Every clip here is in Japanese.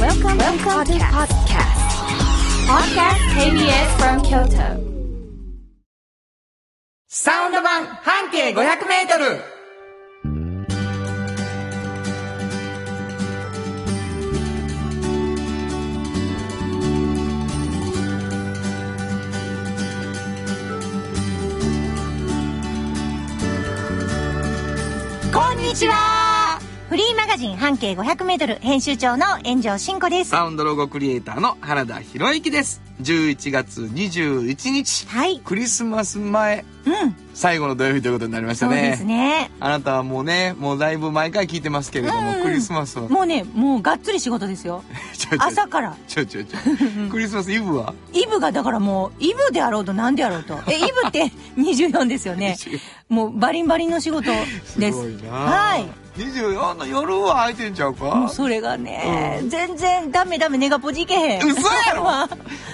Welcome, to the podcast. Podcast KBS from Kyoto. サウンド版半径500メートルこんにちはフリーマガジン半径500メートル編集長の炎上真子です。サウンドロゴクリエイターの原田博之です。11月21日、はい。クリスマス前、うん。最後の土曜日ということになりましたそうでね。すね。あなたはもうね、もうだいぶ毎回聞いてますけれども、うんうんクリスマスは。もうね、もうがっつり仕事 ですよ。ちょちょ朝から。ちょちょ ちょ。クリスマスイブはイブがだからもう、イブであろうと何であろうと。え、イブって 24ですよね。もうバリンバリンの仕事すです。ごいなはい。 24の夜は空いてんちゃうもうかそれがね、う全然ダメダメネガポジいけへん。嘘 やろは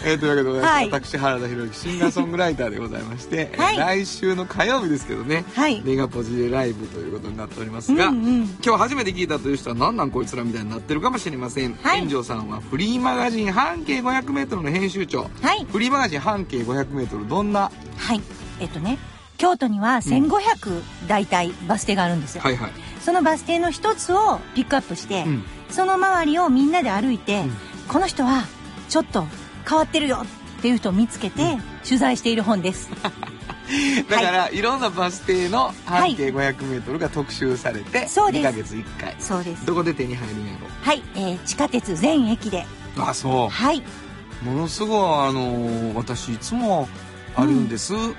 えーというわけでございまはいして私原田博之シンガーソングライターでございまして、えー はい来週の火曜日ですけどね、はいネガポジでライブということになっておりますが、うんうん今日初めて聞いたという人は何なんこいつらみたいになってるかもしれません、はい炎上さんはフリーマガジン半径 500m の編集長はい。フリーマガジン半径 500m どんなはい。えっとね、京都には1500大体バス停があるんですよ。はいはい、そのバス停の一つをピックアップして、うんその周りをみんなで歩いて、うんこの人はちょっと変わってるよっていう人を見つけて取材している本です。だから、い、ろんなバス停の半径 500m が特集されて、そう2ですヶ月1回そうです。どこで手に入るんやはい、えー地下鉄全駅で。ろあそはい。うものすごいあの私いつもあるんです、うん。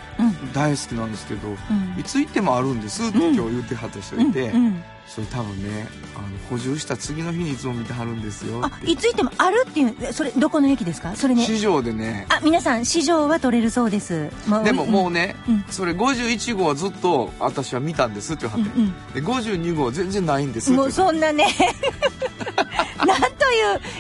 大好きなんですけどうんいつ行ってもあるんですって今日言ってはった人ういんて、うん、それ多分ねあの補充した次の日にいつも見てはるんですよっあていつ行ってもあるっていうえそれどこの駅ですかそれね市場でねあ皆さん市場は取れるそうです、まあでももううね、うんそれ51号はずっと私は見たんですって言わはって、うんうんで52号は全然ないんですっんても言うってはっそんな ねなんとい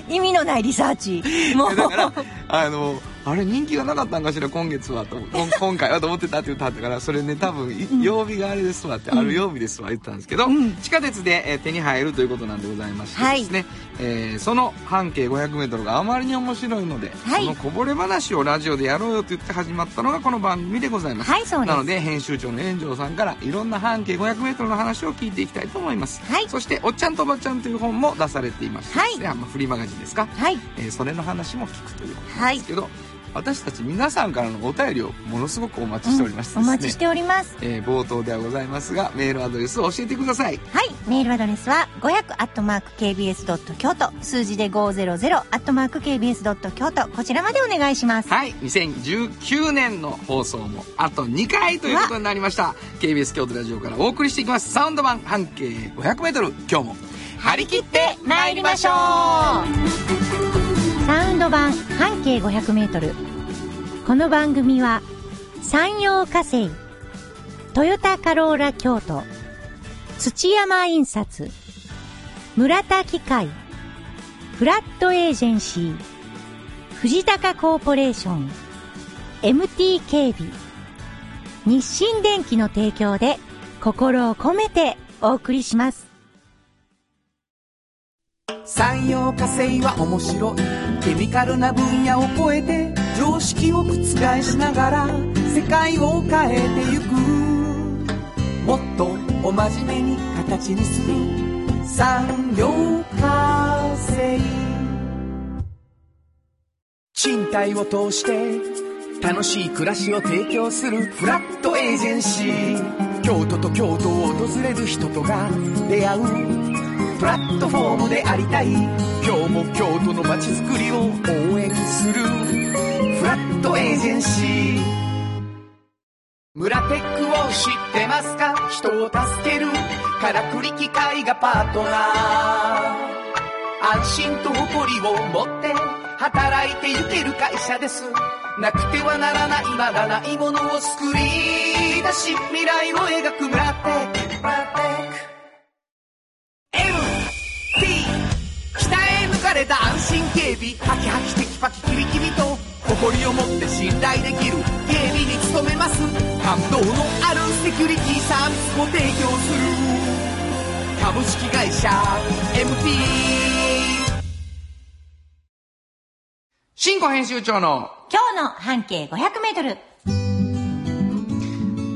う意味のないリサーチもてうだからあのあれ人気がなかったんかしら今月はとこん今回はと思ってたって言ってはったからそれね多分い曜日があれですわって、ある曜日ですわ言ってたんですけど、うん地下鉄で、えー手に入るということなんでございましてはいですね、えーその半径 500m があまりに面白いので、はいそのこぼれ話をラジオでやろうよと言って始まったのがこの番組でございます、はいそうですなので編集長の炎上さんからいろんな半径 500m の話を聞いていきたいと思います、はいそして「おっちゃんとおばちゃん」という本も出されていましてですね、あまあフリーマガジンですか、はいえーそれの話も聞くということなんですけど、私たち皆さんからのお便りをものすごくお待ちしておりましてうんですね、お待ちしておりますえー冒頭ではございますがメールアドレスを教えてくださいはいメールアドレスは500アットマーク KBS ドット京都数字で500アットマーク KBS ドット京都こちらまでお願いしますはい2019年の放送もあと2回ということになりました KBS 京都ラジオからお送りしていきますサウンド版半径 500m 今日も張り切って参りましょうサウンド版半径 500m この番組は山陽火星トヨタカローラ京都土山印刷村田機械フラットエージェンシー藤高コーポレーション MT 警備日清電機の提供で心を込めてお送りします産業化成は面白いケミカルな分野を超えて常識を覆しながら世界を変えてゆくもっとお真面目に形にする産業化成賃貸を通して楽しい暮らしを提供するフラットエージェンシー京都と京都を訪れる人とが出会うプラットフォームでありたい今日も京都の街づくりを応援するフラットエージェンシー村テックを知ってますか人を助けるからくり機械がパートナー安心と誇りを持って働いてゆける会社ですなくてはならないまだないものを作り出し未来を描く村テック村テック MT 北へ抜かれた安心警備ハキハキテキパキキビキビと誇りを持って信頼できる警備に努めます感動のあるセキュリティサービスを提供する株式会社 MT 新庫編集長の今日の半径500メートル。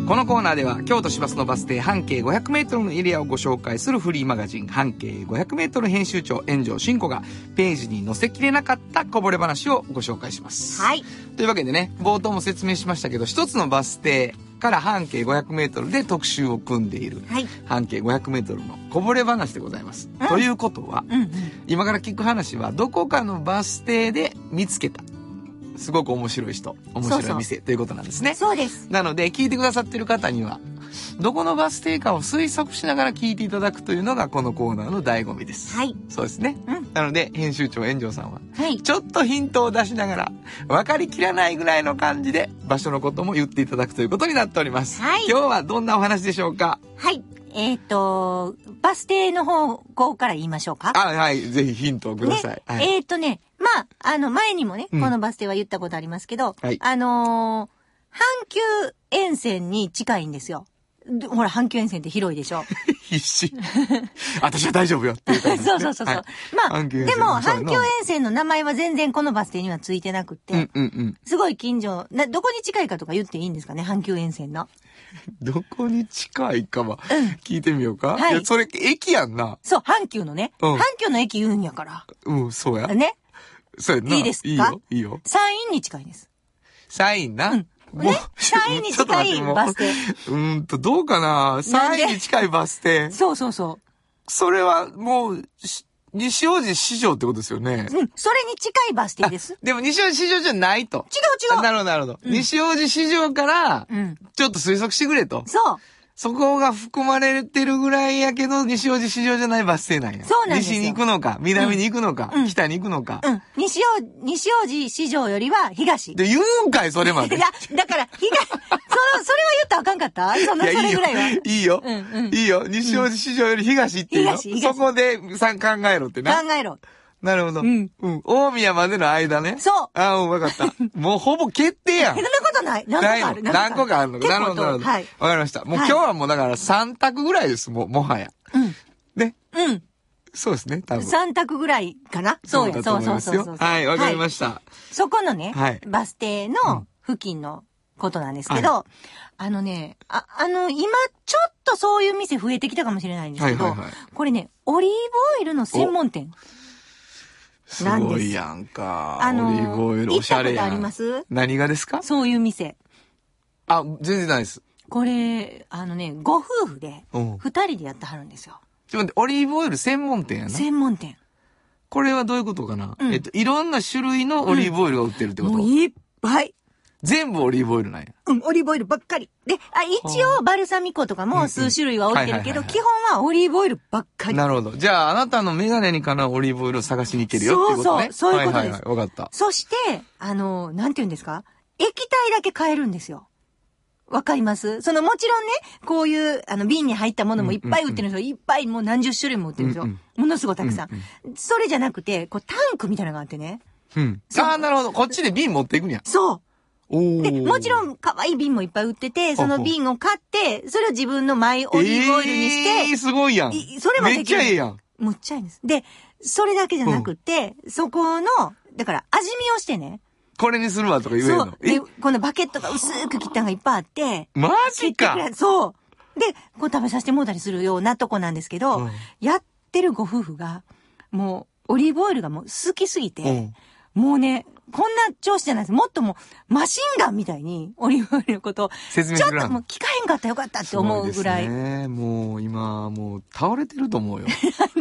このコーナーでは京都市バスのバス停半径 500m のエリアをご紹介するフリーマガジン半径 500m 編集長炎上真子がページに載せきれなかったこぼれ話をご紹介します。はい。というわけでね冒頭も説明しましたけど一つのバス停から半径 500m で特集を組んでいるはい。半径 500m のこぼれ話でございます。うんということはうんうん。今から聞く話はどこかのバス停で見つけたすごく面白い人面白い店ということなんですね。そうです。なので聞いてくださってる方にはどこのバス停かを推測しながら聞いていただくというのがこのコーナーの醍醐味です。はい。そうですね。うん。なので編集長炎上さんははい。ちょっとヒントを出しながら分かりきらないぐらいの感じで場所のことも言っていただくということになっております。はい今日はどんなお話でしょうかはい。えっ、と、バス停の方向から言いましょうか。あ、はい。ぜひヒントをください。ねはい。えっ、とね、まあ、あの、前にもね、うんこのバス停は言ったことありますけど、はいあのー阪急沿線に近いんですよ。でほら、阪急沿線って広いでし ょ。必死。私は大丈夫よっていう感 じですそね、うそうそうそう。はいまあ、阪急沿で線も、面白い阪な急沿線の名前は全然このバス停にはついてなくって、うんうんうん。すごい近所な、どこに近いかとか言っていいんですかね、阪急沿線の。どこに近いかは聞いてみようか。はいいや、それ駅やんな。そう、阪急のね、うん阪急の駅言うんやかうん、そうやら。。ね。そうやんな。いいですかいいよ、いいよ。山陰に近いです。サインな。うんもうね山陰に ちょっと待っ近いてもうバス停うーんと、どうかなサインに近いバス停。そうそうそそれはもう、し西大路市場ってことですよねう。。うん、それに近いバス停です。違うでも西大路市場じゃないと。違う。なるほど、なるほど。西大路市場から、うん。ちょっと推測してくれと。そう。そこが含まれてるぐらいやけど、西大路市場じゃないバス停なんや。そうなんですよ西に行くのか、南に行くのか、うん北に行くのか。うん。西大、西大路市場よりは東。いで、言うんかい、それ まで。や、だから、東、その、それは言ったらあかんかったその、いそや、いいれよぐらいは。。いいよ。うんうんいいよ。西大路市場より東行っていいよ。東東そこでさん考えろってな。考えろ。なるほど。うん。うん。大宮までの間ね。そうああ、うん、わ かった。もうほぼ決定やんえ、そん。なことない。何個ないかあのる。何個かあるのか。なるほど、なるほ結構ど。とはい。わかりました。もう今はい日はもうだから3択ぐらいです、もう、もはや。ね。うん。そうですね、多分。三択ぐらいかなそうだや、とそ思ういそまうすそうよそう。はい、わかりましした。た。そこのねはい、バス停の付近のことなんですけはど、あのね、あ、あの、今、ちょっとそういう店増えてきたかもしれないんですはけい、はい、ど、はい。これね、オリーブオイルの専門店。すごいやんか。あのオリーブオイル、おしゃれや行ったこん。とあります何がですかそういう店。あ、全然ないです。これ、あのね、ご夫婦で、うん。二人でやってはるんですよ。ちょっと待って、オリーブオイル専門店やな。専門店。これはどういうことかな、うんえっと、いろんな種類のオリーブオイルが売ってるってこもと、ういっぱい。全部オリーブオイルなんや。うん、オリーブオイルばっかり。で、あ、一応、バルサミコとかうんうもん数種類は置いてるけど、はいはいはいは基い本はオリーブオイルばっかり。なるほど。じゃあ、あなたのメガネにかなうオリーブオイルを探しに行けるよっていうことね。そうそうそういうことですはいはいはい。わかった。そして、あの、なんて言うんですか液体だけ買えるんですよ。わかりますその、もちろんね、こういう、あの、瓶に入ったものもいっぱい売ってるんですよ。いっぱい、もう何十種類も売ってるんですよ。うんものすごいたくさん。それじゃなくて、こう、タンクみたいなのがあってね。うん。ああ、なるほど。こっちで瓶持っていくんや。そうおお。で、もちろん、ん可愛い瓶もいっぱい売ってて、そほのう瓶を買って、それを自分のマイオリーブオイルにえー、して、すごいやん。いそれもめっできちるゃええやん。むっちゃいいんです。で、それだけじゃなくて、そこの、だから味見をしてね。これにするわとか言えるそのう。。えで、、このバケットが薄く切ったのがいっぱいあって、マ切っジてくれか。そう。で、こう食べさせてもうたりするようなとこなんですけど、うんやってるご夫婦が、もう、オリーブオイルがもう好きすぎて、うん。もうね、こんな調子じゃないです。もっともう、マシンガンみたいに、オリーブオイルのことを、説明ちしょってくれはとんもうの聞かへんかったらよかったって思うぐらい。すなごんですね。もう今、もう倒れてると思うよ。で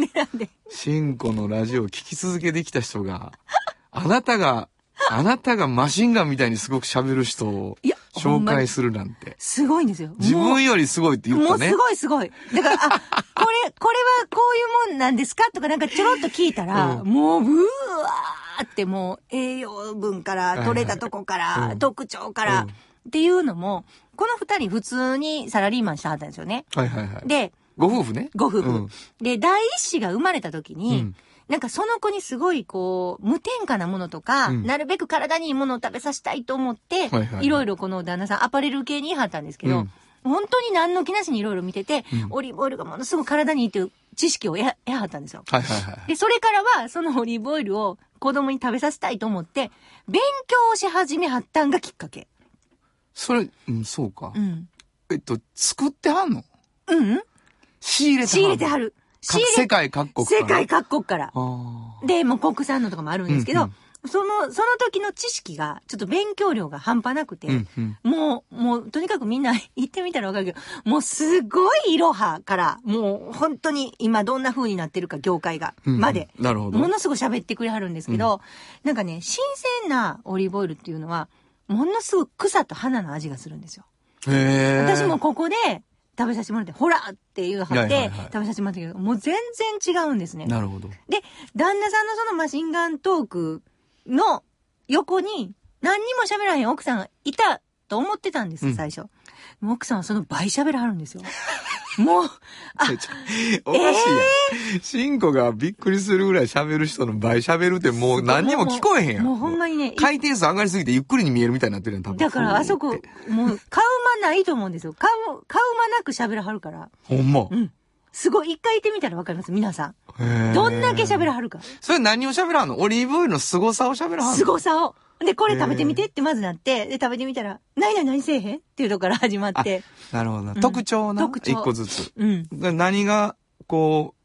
なんで。シンコのラジオを聞き続けてきた人が、あなたが、あなたがマシンガンみたいにすごく喋る人をいやほ紹んまに介するなんて。すごいんですよ。自もう分よりすごいって言っもたうねす。ごいすごい。だから、 あ、これ、これはこういうもんなんですかとかなんかちょろっと聞いたら、うもう、うわーってもう、栄養分かいはら、い取れたとこから、うん特徴から、うんっていうのも、この二人普通にサラリーマンしてはったんですよね。はいはいはい。で、ご夫婦ね。ご夫婦。うんで、第一子が生まれた時に、うんなんかその子にすごいこう、無添加なものとか、うんなるべく体にいいものを食べさせたいと思って、はいはいいはいろいろこの旦那さんアパレル系に言い張ったんですけど、うん本当に何の気なしにいろいろ見てて、うんオリーブオイルがものすごく体にいいという知識を得得はったんですよ。はいはいはい。で、それからは、そのオリーブオイルを、子供に食べさせたいと思って、勉強をし始めはったんがきっかけ。それ、うん、そうかう。ん。えっと、作ってはんのうん仕入れてはん仕の入れてはる。仕か入れ世界各国から。世界各国から。あで、もう国産のとかもあるんですけど、うんその、その時の知識が、ちょっと勉強量が半端なくて、ーうんうん。もう、もう、とにかくみんな行ってみたらわかるけど、もうすごいいろはから、もう本当に今どんな風になってるか、業界が、うんうんまで、なるほどものすごい喋ってくれはるんですけど、なんかね、新鮮なオリーブオイルっていうのは、ものすごく草と花の味がするんですよ。へえ。私もここで食べさせてもらって、ほらっていうはっはいはいてはい食べさせてもらったけど、もう全然違うんですね。なるほど。で、旦那さんのそのマシンガントークの横に何にも喋らへん奥さんがいたと思ってたんです、うん最初。もう奥さんはその倍喋らはるん ですよ。もう、あ、おかしいやん。シンコがびっくりするぐらい喋る人の倍喋るってもう何にも聞こえへんやん。もうほんまにね、い回転数上がりすぎてゆっくりに見えるみたいになってるやん、多分。だからあそこ、もふーうっ、て買う間ないと思うんですよ。買う、買う間なく喋らはるから。ほんまう。ん。すごい、一回行ってみたらわかります、皆さん。へーどんだけ喋らはるか。それ何を喋らんのオリーブオイルの凄さを喋らんの凄さを。で、これ食べてみてってまずなって、で、食べてみたら、何々何せえへんっていうとこから始まって。なるほどな。うん特徴な。特徴一個ずつ。うん。で何が、こう、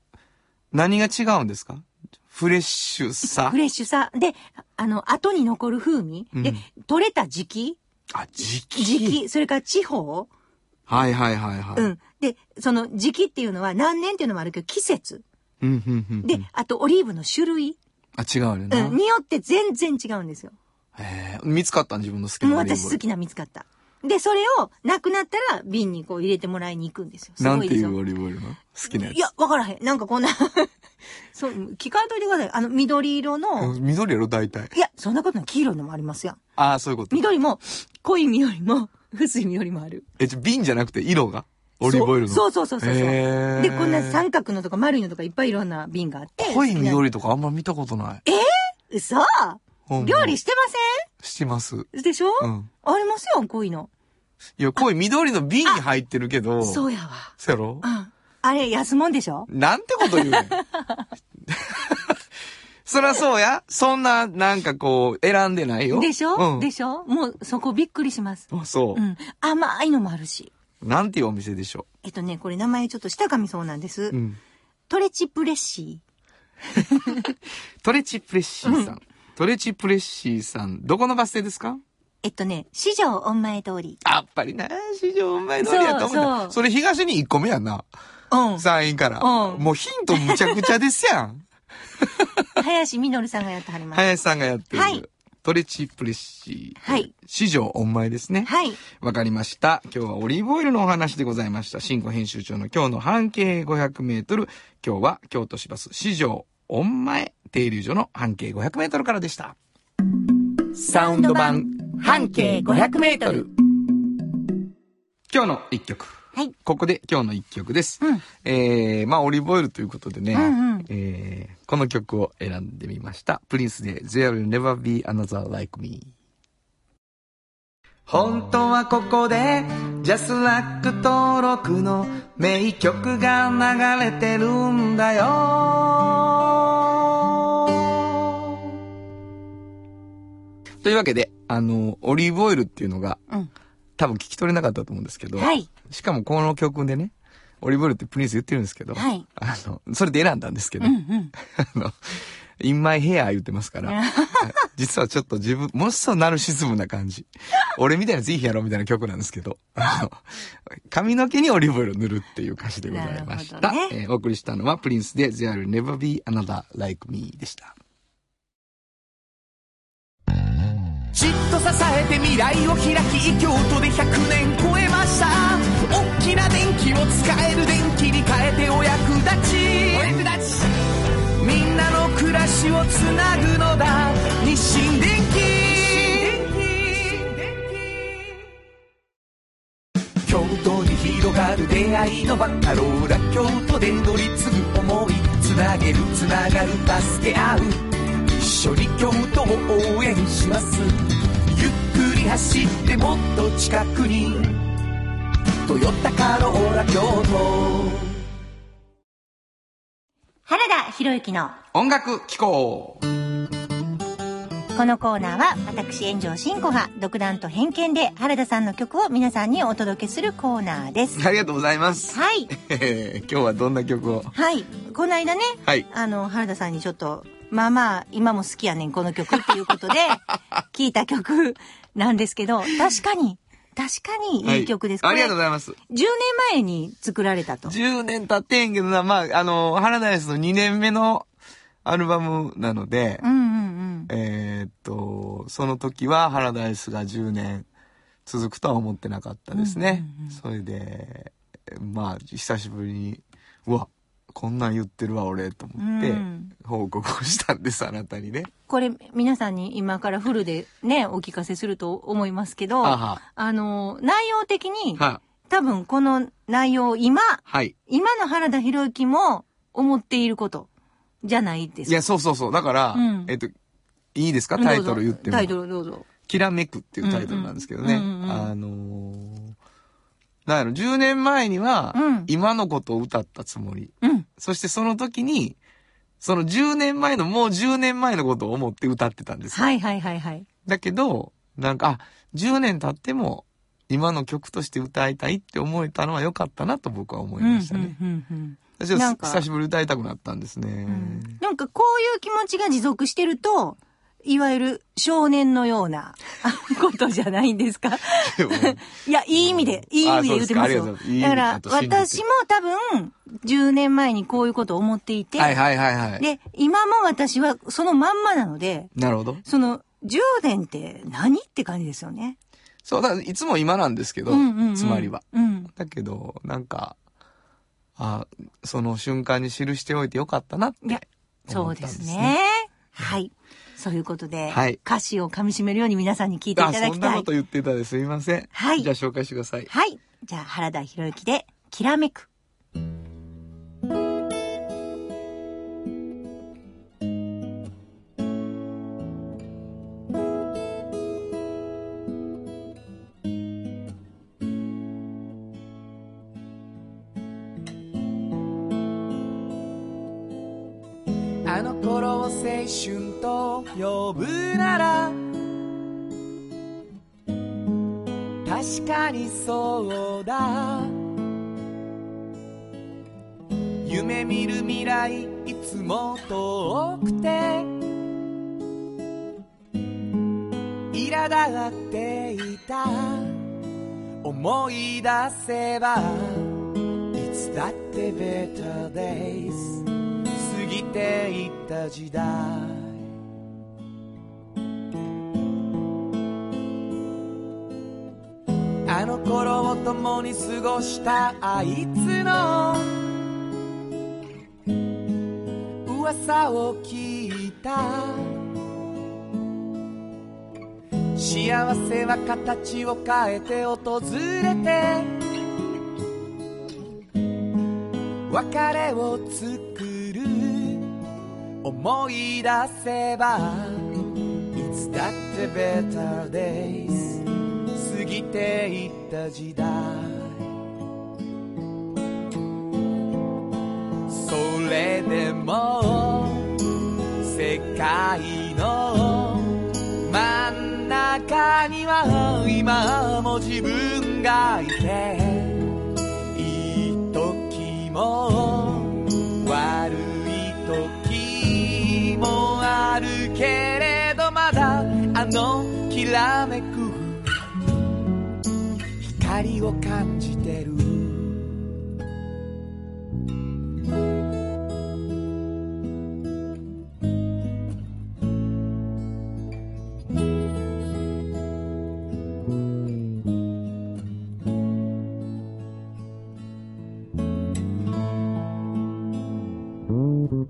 何が違うんですかフレッシュさフ。レッシュさ。で、あの、後に残る風味。うでん、取れた時期あ、時期。時期。それから地方はいはいはいはい。う。ん。で、その時期っていうのは何年っていうのもあるけど、季節。うん、うん、うん。で、あとオリーブの種類。あ、違うような。ん。によって全然違うんですよ。へー見つかったん自分の好きもうなオリーブ私オイ好ルきな見つかった。で、それをなくなったら瓶にこう入れてもらいに行くんですよ。すなんごていでいしょうオリーブオイルの好きなやつ。いや、わからへん。なんかこんな、 そう、聞かんといてください。あの、緑色の、うん緑やろ、大体。いや、そんなことない。黄色いのもありますやん。ああ、そういうこと。緑も、濃い緑も、 薄い緑もある。え、ちょ瓶じゃなくて色がオリーブオイルの。そうそうそうそうそう。へーで、こんな三角のとか丸いのとかいっぱいいろんな瓶があって。濃い緑とかあんま見たことない。嘘ほんま料理してしてます。ませんでしょ、うん。ありますよ、濃いの。いや、濃い緑の瓶に入ってるけど。。そううやわ。やろうん。あれ、安もんでしょなんてこと言うねん。 そらそうや。そんな、なんかこう、選んでないよ。でしょ、うん。でしょもうそこびっくりします。あそうう。ん。甘いのもあるし。なんていうお店でしょえっとね、これ名前ちょっと下噛みそうなんです。う。うん。トレチプレッシトレチプレッシーさん。トレチプレッシーさん。どこのバス停ですかー。えっとね、四条御前通り。やっぱりな、市場前通りやと思うそうなそうそれ東に1個目やんな。うん。山陰から。うんもうヒントむちゃくちゃです やん。林みのるさんがやってはります。林さんがやってる。はいトレチプレッシー。はい。市場お前ですね。はい。わかりました。今日はオリーブオイルのお話でございました。新語編集長の今日の半径500メートル。今日は京都市バス市場御前停留所の半径500メートルからでした。サウンド版半径500メートル今日の一曲。はいここで今日の一曲です。うんえー、まあオリーブオイルということでね、んうんえーこの曲を選んでみました。プリンスで There will never be another like me。本当はここでジャスラック登録の名曲が流れてるんだよというわけで、あの、オリーブオイルっていうのが、うん多分聞き取れなかったと思うんですけど、はいしかもこの曲でね、オリーブオイルってプリンス言ってるんですけど、はいあの、それで選んだんですけど、うんうん。あの、in my hair 言ってますから、 実はちょっと自分、ものすごいナルシズムな感じ。俺みたいなぜひやろうみたいな曲なんですけど、あの、髪の毛にオリーブオイルを塗るっていう歌詞でございましなた。るほどえーお送りしたのはプリンスで There will never be another like me でした。じっと支えて未来を開き京都で100年超えました大きな電気を使える電気に変えてお役立ちお役立ちみんなの暮らしをつなぐのだ日清電気京都に広がる出会いのバカローラ京都で乗り継ぐ思いつなげるつながる助け合う一緒に京都を応援しますゆっくり走ってもっと近くに「トヨタカローラ京都」原田博之の音楽機構このコーナーは私炎上真子が独断と偏見で原田さんの曲を皆さんにお届けするコーナーです。ありがとうございます。はい。えー 今日はどんな曲をはい。この間ね、はい。あの、原田さんにちょっと、まあまあ、今も好きやねん、この曲ってい うことで、聞いた曲なんですけど、確かに、確かはにいい曲です。ありがとうごいざいます。ます。10年前に作られたと。 10年経ってんけどな、まあ、あの、ハラダイスの2年目のアルバムなので、うんうんえーっと、その時はハラダイスが10年続くとは思ってなかったですね。それで、まあ、久しぶりに、うわ、こんなん言ってるわ、俺、とう思ん。って、うん報告をしたんです、あなたにね。これ皆さんに今からフルでね、お聞かせすると思いますけど、ああは、の、内容的に、は、多分この内容、今、はい。今の原田博之も思っていることじゃないですいや、そうそうそう。だから、うんえっと、いいですかどうぞタイトル言っても。タイトルどうぞ。きらめくっていうタイトルなんですけどね。うんうんうんうんあのー、なんやろ、10年前にはうん、今のことを歌ったつもり。うん。そしてその時に、その10年前の、もう10年前のことを思って歌ってたんですよ。はいはいはいはい。だけど、なんか、あ、10年経っても、今の曲として歌いたいって思えたのは良かったなと僕は思いましたね。うんうんうん私なはんか久しぶりに歌いたくなったんですね。うんなんかこういう気持ちが持続してると、いわゆる少年のような あことじゃないんですか。でもいや、いい意味で、いい意味で言ってますあそうですかありがとうございよますいい意。味だかだ、らと信じて私も多分、10年前にこういうことを思っていて、 はいはいはいはい。で、今も私はそのまんまなので、なるほど。その、10年って何って感じですよね。そう、だからいつも今なんですけど、うんうんうんつまりは。うん。だけど、なんか、あ、その瞬間に記しておいてよかったなっていやそ思うっでたんですすね。ね。はい。そういうことで、はい歌詞を噛み締めるように皆さんに聞いていたあ、だそきんなたこいと。言ってたですいません。はいじゃあ紹介してください。はい。じゃあ、原田博之で、きらめく。あの頃を青春と呼ぶなら確かにそうだ夢見る未来いつも遠くて苛立っていた思い出せばいつだってベタデイズ過ぎていった時代あの頃を共に過ごしたあいつの噂を聞いた幸せは形を変えて訪れて別れを作る思い出せばいつだってベターデイズ過ぎていった時代それでも世界の真ん中には今も自分がいていい時も悪い時もあるけれどまだあのきらめく光を感じてる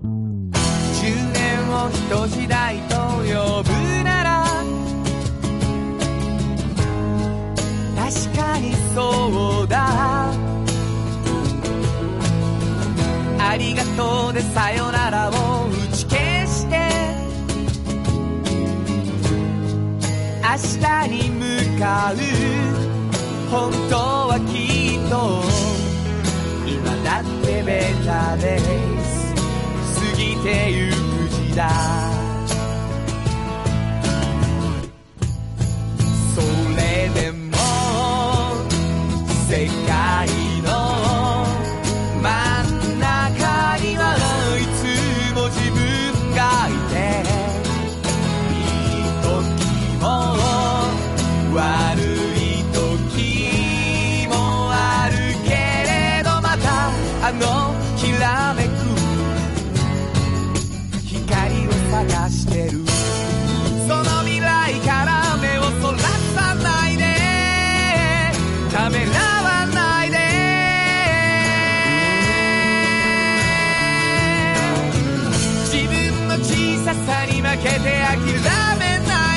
10年を一時代と呼ぶなら確かにそうだありがとうでさよならを打ち消して明日に向かう本当はきっと今だってベタです過ぎてゆく時代諦めない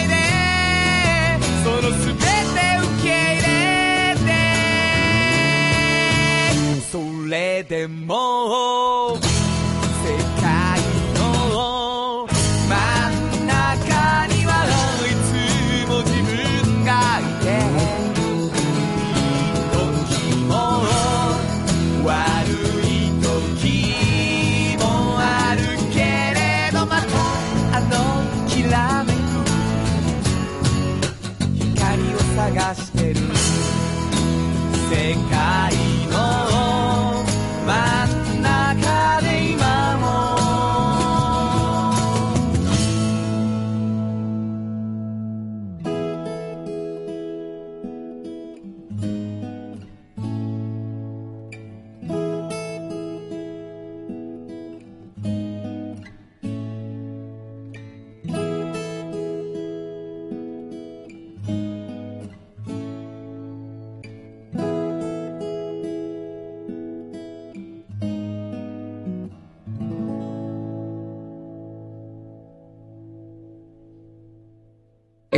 でその全て受け入れてそれでも世界の真ん中にはいつも自分がいていい時も悪い時もあるけれどまたあのきらめく光を探してる世界の真ん中で今も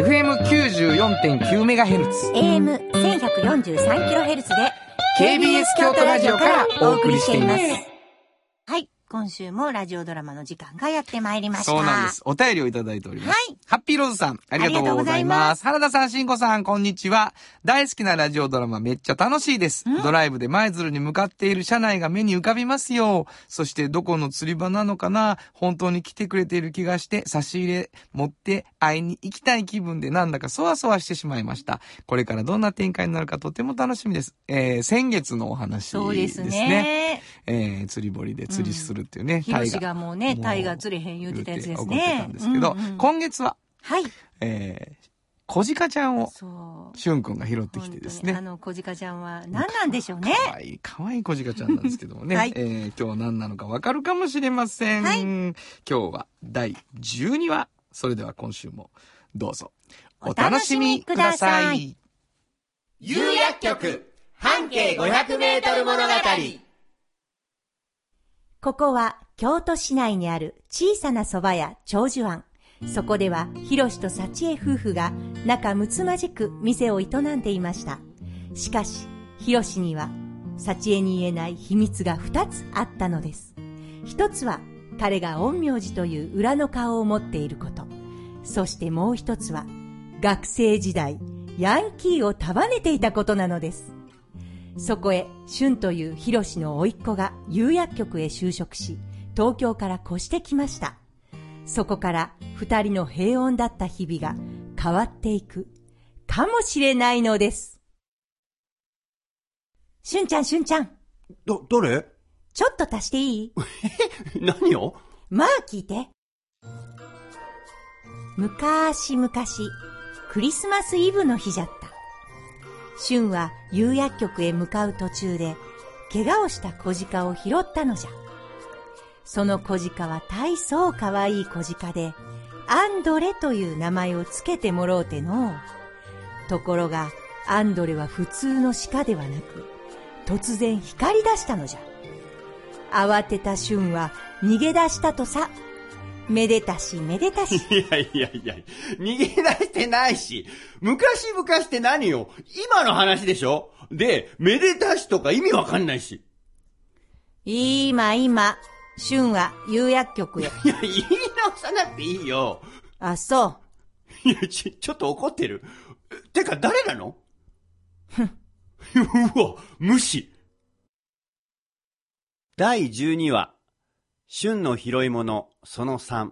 メガヘルツ AM1143kHz で KBS 京都ラジオからお送りしていますはい、今週もラジオドラマの時間がやってまいりました。そうなんです。お便りをいただいております。はいハッピーローズさん、ありがとうございます。原田さん、しんこさん、こんにちは。大好きなラジオドラマめっちゃ楽しいです。ドライブで舞鶴に向かっている車内が目に浮かびますよ。そして、どこの釣り場なのかな本当に来てくれている気がして、差し入れ持って会いに行きたい気分でなんだかそわそわしてしまいました。これからどんな展開になるかとても楽しみです。えー、先月のお話ですね。そうですね。えー、釣り堀で釣りするっていうね。ヒロシがもうね、もうタイガー釣れへん言うてたやつです言うて怒っね。てたんですけど、うんうん今月は、はい。えー、小鹿ちゃんを、そう。しゅんくんが拾ってきてです本当にあね。の、小鹿ちゃんは何なんでしょうね。かわいい、かわいい小鹿ちゃんなんですけどもね。 はいえー今日何なのかわかるかもしれません。はい今日は第12話。それでは今週も、どうぞ、お楽しみくださいお楽しみくださ。有薬局半径500メートル物語ここは京都市内にある小さな蕎麦屋長寿庵。そこでは、ひろしと幸江夫婦が仲睦まじく店を営んでいました。しかし、ひろしには、幸江に言えない秘密が二つあったのです。一つは、彼が陰陽師という裏の顔を持っていること。そしてもう一つは、学生時代、ヤンキーを束ねていたことなのです。そこへ、俊というヒロシの甥っ子が釉薬局へ就職し、東京から越してきました。そこから二人の平穏だった日々が変わっていく、かもしれないのです。俊ちゃん、俊ちゃん、だ、誰ちょっと足していい何をまあ聞いて。昔々、クリスマスイブの日じゃった。シュンは釉薬局へ向かう途中で、怪我をした小鹿を拾ったのじゃ。その小鹿は大層可愛い小鹿で、アンドレという名前をつけてもろうてのう。ところが、アンドレは普通の鹿ではなく、突然光り出したのじゃ。慌てた俊は逃げ出したとさ。めでたしめでた し。いやいやいや、逃げ出してないし、昔々って何よ今の話でしょで、めでたしとか意味わかんないし。今今、俊は釉薬局 へ。いや、言い直さなくていいよ。あ、そう。いや、ち、ちょっと怒ってる。てか、誰なの うわ、無視。第12話、旬の拾い物、その3。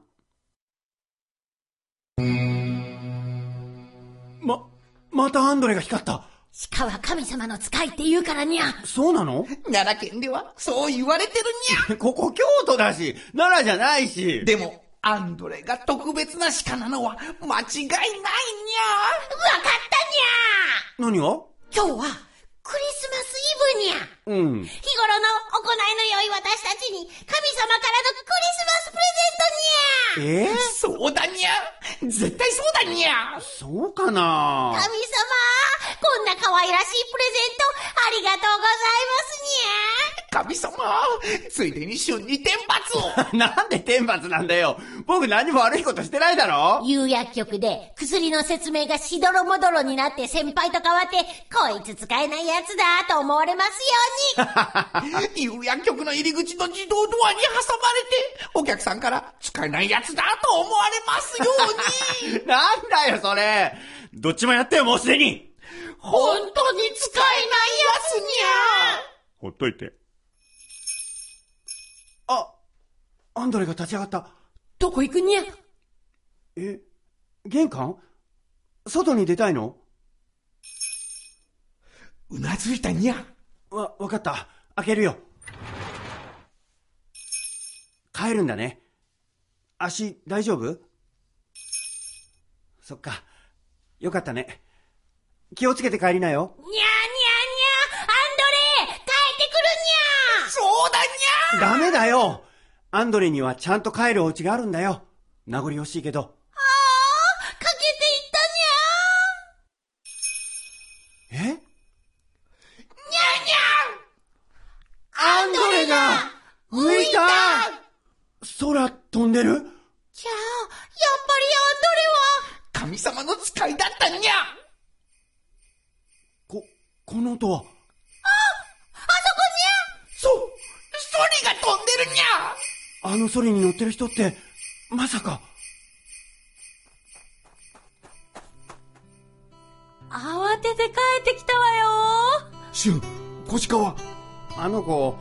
ま、またアンドレが光った。鹿は神様の使いって言うからにゃ。そうなの奈良県ではそう言われてるにゃ ここ京都だし、奈良じゃないし。でもアンドレが特別な鹿なのは間違いないにゃ何が今日はクリスマスイブにゃ。うん。日頃の行いの良い私たちに神様からのクリえスマスプレゼントにゃ。ーそうだにゃ絶対そうだにゃそうかな神様、こんな可愛らしいプレゼントありがとうございますに神様ゃ。ついでに旬に天罰を なんで天罰なんだよ。僕何も悪いことしてないだろ有薬局で薬の説明がしどろもどろになって先輩と変わって、こいつ使えないやつだと思われますように。有薬局の入り口の自動ドアに挟まれて、お客さんから使えないやつだと思われますように。なんだよ、それ。どっちもやってよ、もうすでに。本当に使えないやほっといて。あ、アンドレが立ち上がった。 どこ行くにゃえ、玄関外に出たいのつにゃうなずいたにゃ。わ、わかった。開けるよ。帰るんだね。足、大丈夫そっか。よかったね。気をつけて帰りなよ。にゃーにゃーにゃーアンドレー帰ってくるそうだダメだよアンドレにはちゃんと帰るお家があるんだよ。名残惜しいけど。にゃーかけていったにえゃーアアンドレが浮いた空飛んでるじゃあ、やっぱりアンドレは神様の使いだったにゃこ、この音は。そ、ソリが飛んでるにゃあのソリに乗ってる人って、まさか。慌てて帰ってきたわよシュン、小鹿は、あの子、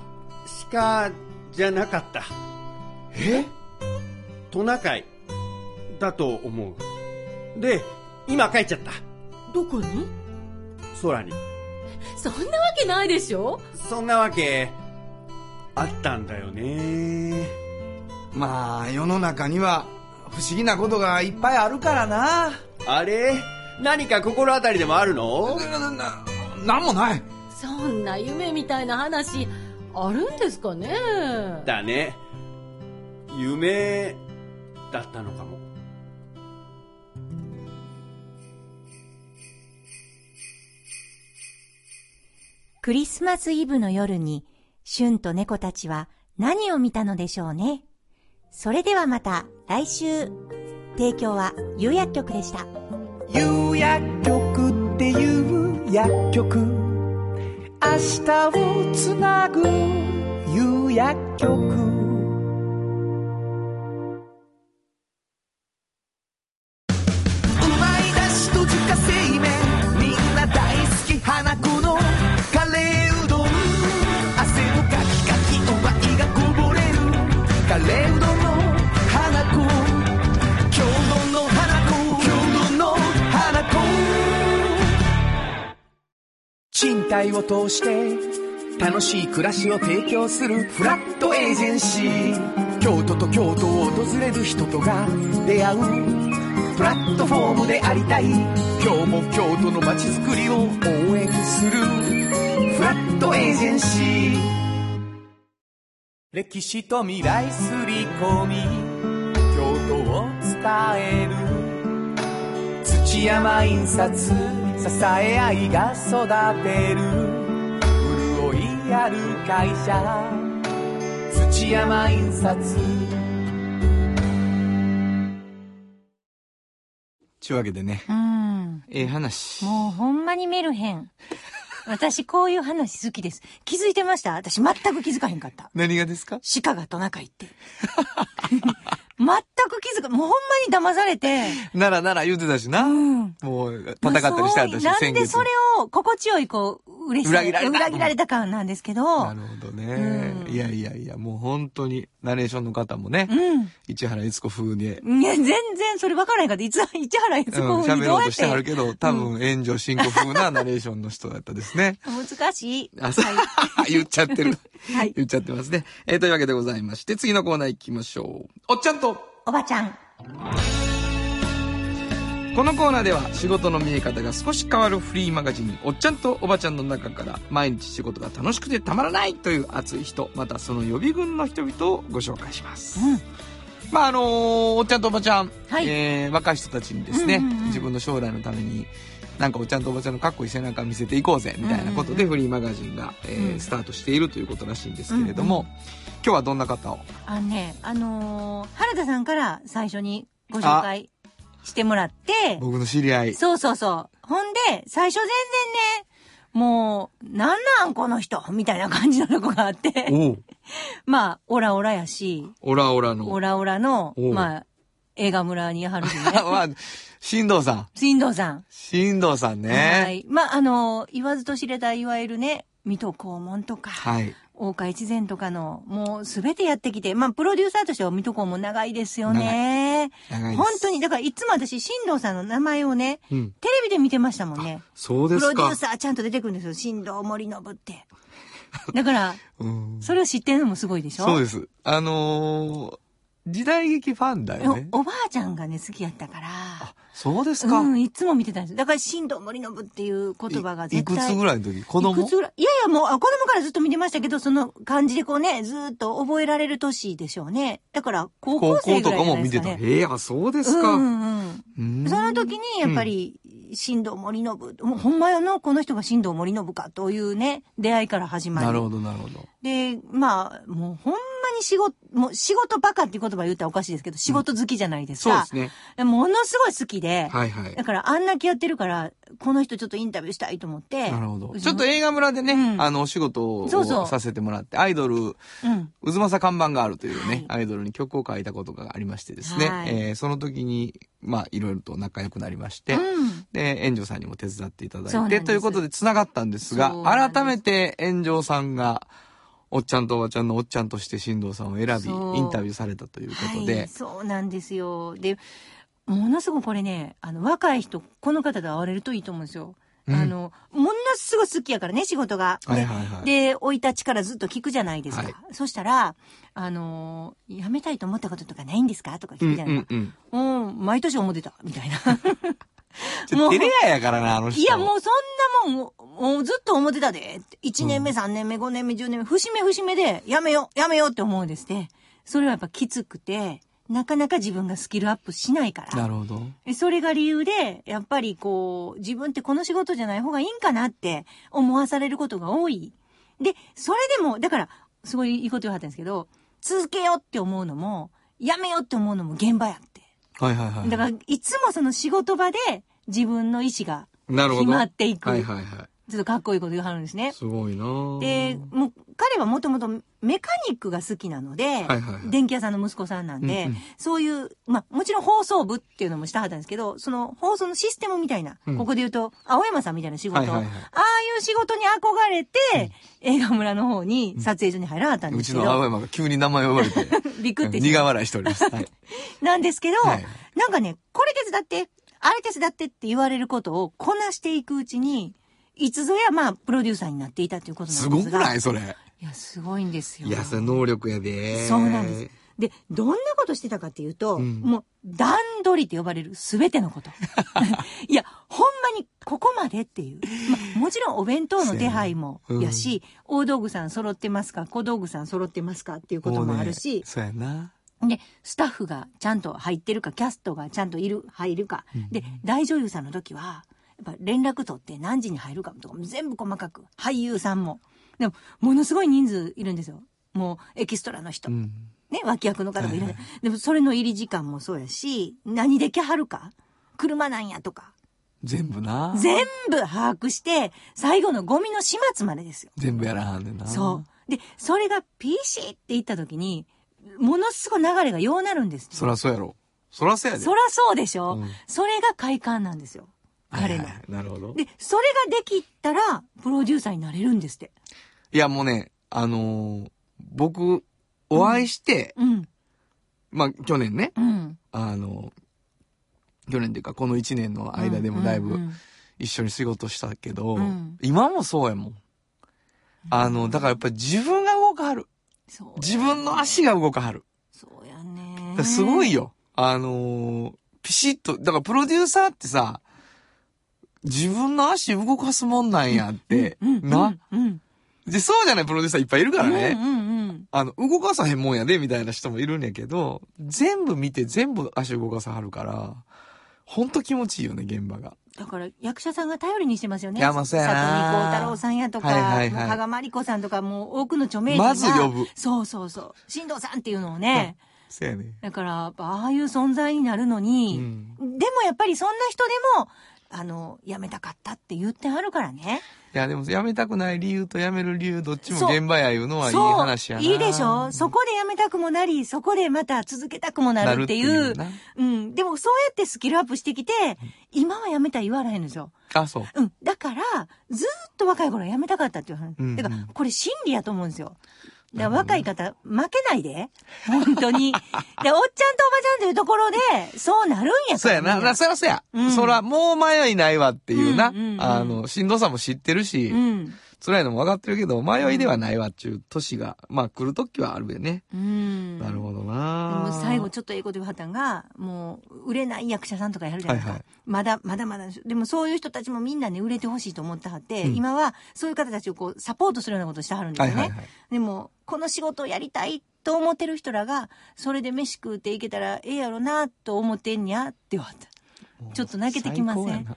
鹿じゃなかった。えトナカイだと思う。で、今帰っちゃった。どこに空に。そんなわけないでしょそんなわけ、あったんだよね。まあ、世の中には不思議なことがいっぱいあるからな。あれ何か心当たりでもあるのな、な、ななんもない。そんな夢みたいな話あるんですかねだね。夢だったのかも。クリスマスイブの夜に、シュンと猫たちは何を見たのでしょうね。それではまた来週。提供は有薬局でした。有薬局っていう薬局明日をつなぐ有薬局うまいだしと自家製麺みんな大好き花子のカレーうどん汗をかきかきおばいがこぼれるカレーうどんの花子郷土の花子郷土の花子賃貸を通して楽しい暮らしを提供するフラットエージェンシー京都と京都を訪れる人とが出会うプラットフォームでありたい今日も京都の街づくりを応援するフラットエージェンシー歴史と未来すり込み京都を伝える土山印刷支え合いが育てる潤いある会社土山印刷ちゅうわけでね、うん。ええ話。もうほんまにメルヘ ン。私こういう話好きです。気づいてました私全く気づかへんかった。何がですか鹿がトナカイって。 全く気づか、もうほんまに騙されて。ならなら言うてたしな。んもう、戦ったりしてはったし、まあそうな先んで月それを心地よい、こう、嬉し裏切られた裏切られた感なんですけど。なるほどね、うんいやいやいや、もう本当に、ナレーションの方もね、うん。市原悦子風に、うん、いや、全然それ分からへんかった。いつ、 市原悦子風に喋どろううやとっしてはるて。けど、多分、援助進行風なナレーションの人だったですね。難しい。あ、そう、 言っちゃってる。はい言っちゃってますね。えーというわけでございまして、次のコーナー行きましょう。おっちゃんとおばちゃん。このコーナーでは仕事の見え方が少し変わるフリーマガジン「おっちゃんとおばちゃん」の中から毎日仕事が楽しくてたまらないという熱い人またその予備軍の人々をご紹介します、まああのーおっちゃんとおばちゃん、はいえー若い人たちにですね、うんうんうん自分の将来のためになんかおっちゃんとおばちゃんのかっこいい背中見せていこうぜみたいなことでフリーマガジンが、えーうんスタートしているということらしいんですけれども、今日はどんな方をあのね、あのー原田さんから最初にご紹介してもらって、僕の知り合いそうそうそう。ほんで、最初全然ね、もう、なんなんこの人みたいな感じの子があって、おうまあ、オラオラやし、オラオラのオ ラオラの、おうまあ、映画村にあるしね。まあ進藤さん進藤さん。進藤さんはねい。まあ、あの、言わずと知れた、いわゆるね、水戸黄門とか、はい、大岡一善とかの、もうすべてやってきて、まあ、プロデューサーとしては水戸黄門長いですよね。長いです本当に、だからいつも私、進藤さんの名前をね、うんテレビで見てましたもんね。そうでプすかロデューサーちゃんと出てくるんですよ。進藤森信って。だ から、うんそれを知ってるのもすごいでしょそうですあのー時代劇ファンだよねおおばあちゃんがね、好きやったから、そうですか、うん、いつも見てたんですよ。だから、進藤森信っていう言葉がいい絶く対。つぐらいの時子供いくつぐらいいやいや、もう、あ子供からずっと見てましたけど、その感じでこうね、ずーっと覚えられる年でしょうね。だから、高高校校生ぐとらいかじゃもないで見すてか、た。ね。へえ、あ、そうですうか。んうん。うんその時に、やっぱり、新藤森信、もうほんまよの、この人が新藤森信かというね、出会いから始まり。なるほど、なるほど。で、まあ、もうほんまに仕事、もう仕事バカっていう言葉言ったらおかしいですけど、仕事好きじゃないですそうでか。すね。ものすごい好きで、はいはいだ。からあんな気やってるから、この人ちょっとインタビューしたいと思って。なるほど。うちちのょっと映画村でね、うんあの、お仕事をそうそうさせてもらって、アイドル、うん。うずまさ看板があるというね、はアイドルに曲を書いたことがありましてですね、はいえーその時に、まあ、いろいろと仲良くなりまして、うんで、炎上さんにも手伝っていたそうだないんですて、ということで繋がったんですがそうなんで、す改めて炎上さんが、おっちゃんとおばちゃんのおっちゃんとして新藤さんを選び、そうインタビューされたということはでい、、そうなんですよ。で、ものすごくこれね、あの、若い人、この方と会われるといいと思うんですよ。うんあの、ものすごい好きやからね、仕事が。ではいはいはいで、生い立ちからずっと聞くじゃないですか。はいそしたら、あの、辞めたいと思ったこととかないんですかとか聞くじゃないですか。うんうんうんうん、毎年思ってた、み たいな。ちょっと照れ屋やからな、あの人。いや、もうそんなもん、もうずっと思ってたで。1年目、3年目、5年目、10年目、節目節目で、やめよう、やめようって思うんですって。それはやっぱきつくて、なかなか自分がスキルアップしないかなら。るほど。それが理由で、やっぱりこう、自分ってこの仕事じゃない方がいいんかなって思わされることが多い。で、それでも、だから、すごいいいこと言わはったんですけど、続けようって思うのも、やめようって思うのも現場やって。はいはいはい。だから、いつもその仕事場で自分の意思がなるほど。決まっていくはいはいはちょっとかっこいいこと言わはるんですい。ね。すごいなぁで、もう彼はもともとメカニックが好きなので、はいはい電気屋さんの息子さんなんで、うんうんそういう、まあもちろん放送部っていうのもしたはったんですけど、その放送のシステムみたいな、んここで言うと青山さんみたいな仕事、はいはいはいああいう仕事に憧れて、映画村の方に撮影所に入らはったんうですちけの青ど、山が急に名前を呼ばれて、びっくってして苦笑いしております。はい。 なんですけど、はいなんかね、これ手伝って、あれ手伝ってって言われることをこなしていくうちに、いつぞやまあプロデューサーになっていたということなんですすが。ごくないそれ。いや、すごいんですよ。いや、それ能力やで。そうなんです。。で、どんなことしてたかっていうと、うんもう段取りって呼ばれるすべての こと。いや、ほんまにここまでっていう。ま、もちろんお弁当の手配もそうやねやし、大道具さん揃ってますか、小道具さん揃ってますかっていうこともあるもうねし、そうやな。で、スタッフがちゃんと入ってるか、キャストがちゃんといる、入るか。で、大女優さんの時は、やっぱ連絡取って何時に入るかとかも全部細かく。俳優さんも。でも、ものすごい人数いるんですよ。もう、エキストラの人。うん。ね、脇役の方もいる、はいはでも、それの入り時間もそうやし、何できはるか。車なんやとか。全部な。全部把握して、最後のゴミの始末までですよ。全部やらはんねんな。そう。で、それがピシーっていった時に、ものすごい流れがようなるんですって。そらそうやろ。そらそうやで。そらそうでしょ、うんそれが快感なんですよ。彼の。はいはいなるほど。で、それができたら、プロデューサーになれるんですって。いや、もうね、あのー僕、お会いして、うん。まあ、去年ね、うん。あのー去年っていうか、この1年の間でもだいぶ、うんうん一緒に仕事したけど、うん今もそうやもん。あの、だからやっぱり自分が動かはる。そうや自分の足が動かはる。そうやねだか。らすごい。よ。あのーピシッと、だからプロデューサーってさ、自分の足動かすもんなんやって、うん。な。うん。で、そうじゃないプロデューサーいっぱいいるからうん。ね。うんうん。あの、動かさへんもんやで、みたいな人もいるんやけど、全部見て全部足動かさはるから、ほんと気持ちいいよね、現場が。だから役者さんが頼りにしてますよね。いやまあそうやな佐藤二光太郎さんやとか、はいはいはいもう加賀まりこさんとか、もう多くの著名人が。まず呼ぶそうそうそう。新藤さんっていうのをね。そうやね。だから、やっぱああいう存在になるのうに、ん。でもやっぱりそんな人でも、あの、辞めたかったって言ってはるからね。いや、でも、辞めたくない理由と辞める理由、どっちもそう現場やいうのはいい話やな。いいでしょそこで辞めたくもなり、そこでまた続けたくもなるっていう。なるっていうなうん。でもそうやってスキルアップしてきて、今は辞めた言われへんのですよ。あ、そう。うん。だから、ずーっと若い頃は辞めたかったっていう話。うんうんてか、これ真理やと思うんですよ。だから若い方、負けないで。本当 に。で、おっちゃんとおばちゃんというところで、そうなるんやそうやな。なそらそうや。うんそら、もう迷いないわっていうな。うんうんうんあの、しんどさも知ってるし、うん。辛いのも分かってるけど、迷いではないわっていう年が、まあ来るときはあるよね。うん。なるほどでなも最後ちょっと英語で言わはったんが、もう、売れない役者さんとかやるじゃないですか。はいはいまだ、まだまだです。でもそういう人たちもみんなね、売れてほしいと思ってはって、うん今はそういう方たちをこう、サポートするようなことをしてはるんですはよいね。はいはい。でも、この仕事をやりたいと思ってる人らが、それで飯食うていけたらええやろな、と思ってんにゃって言わはった。ちょっと泣けてきません最高やな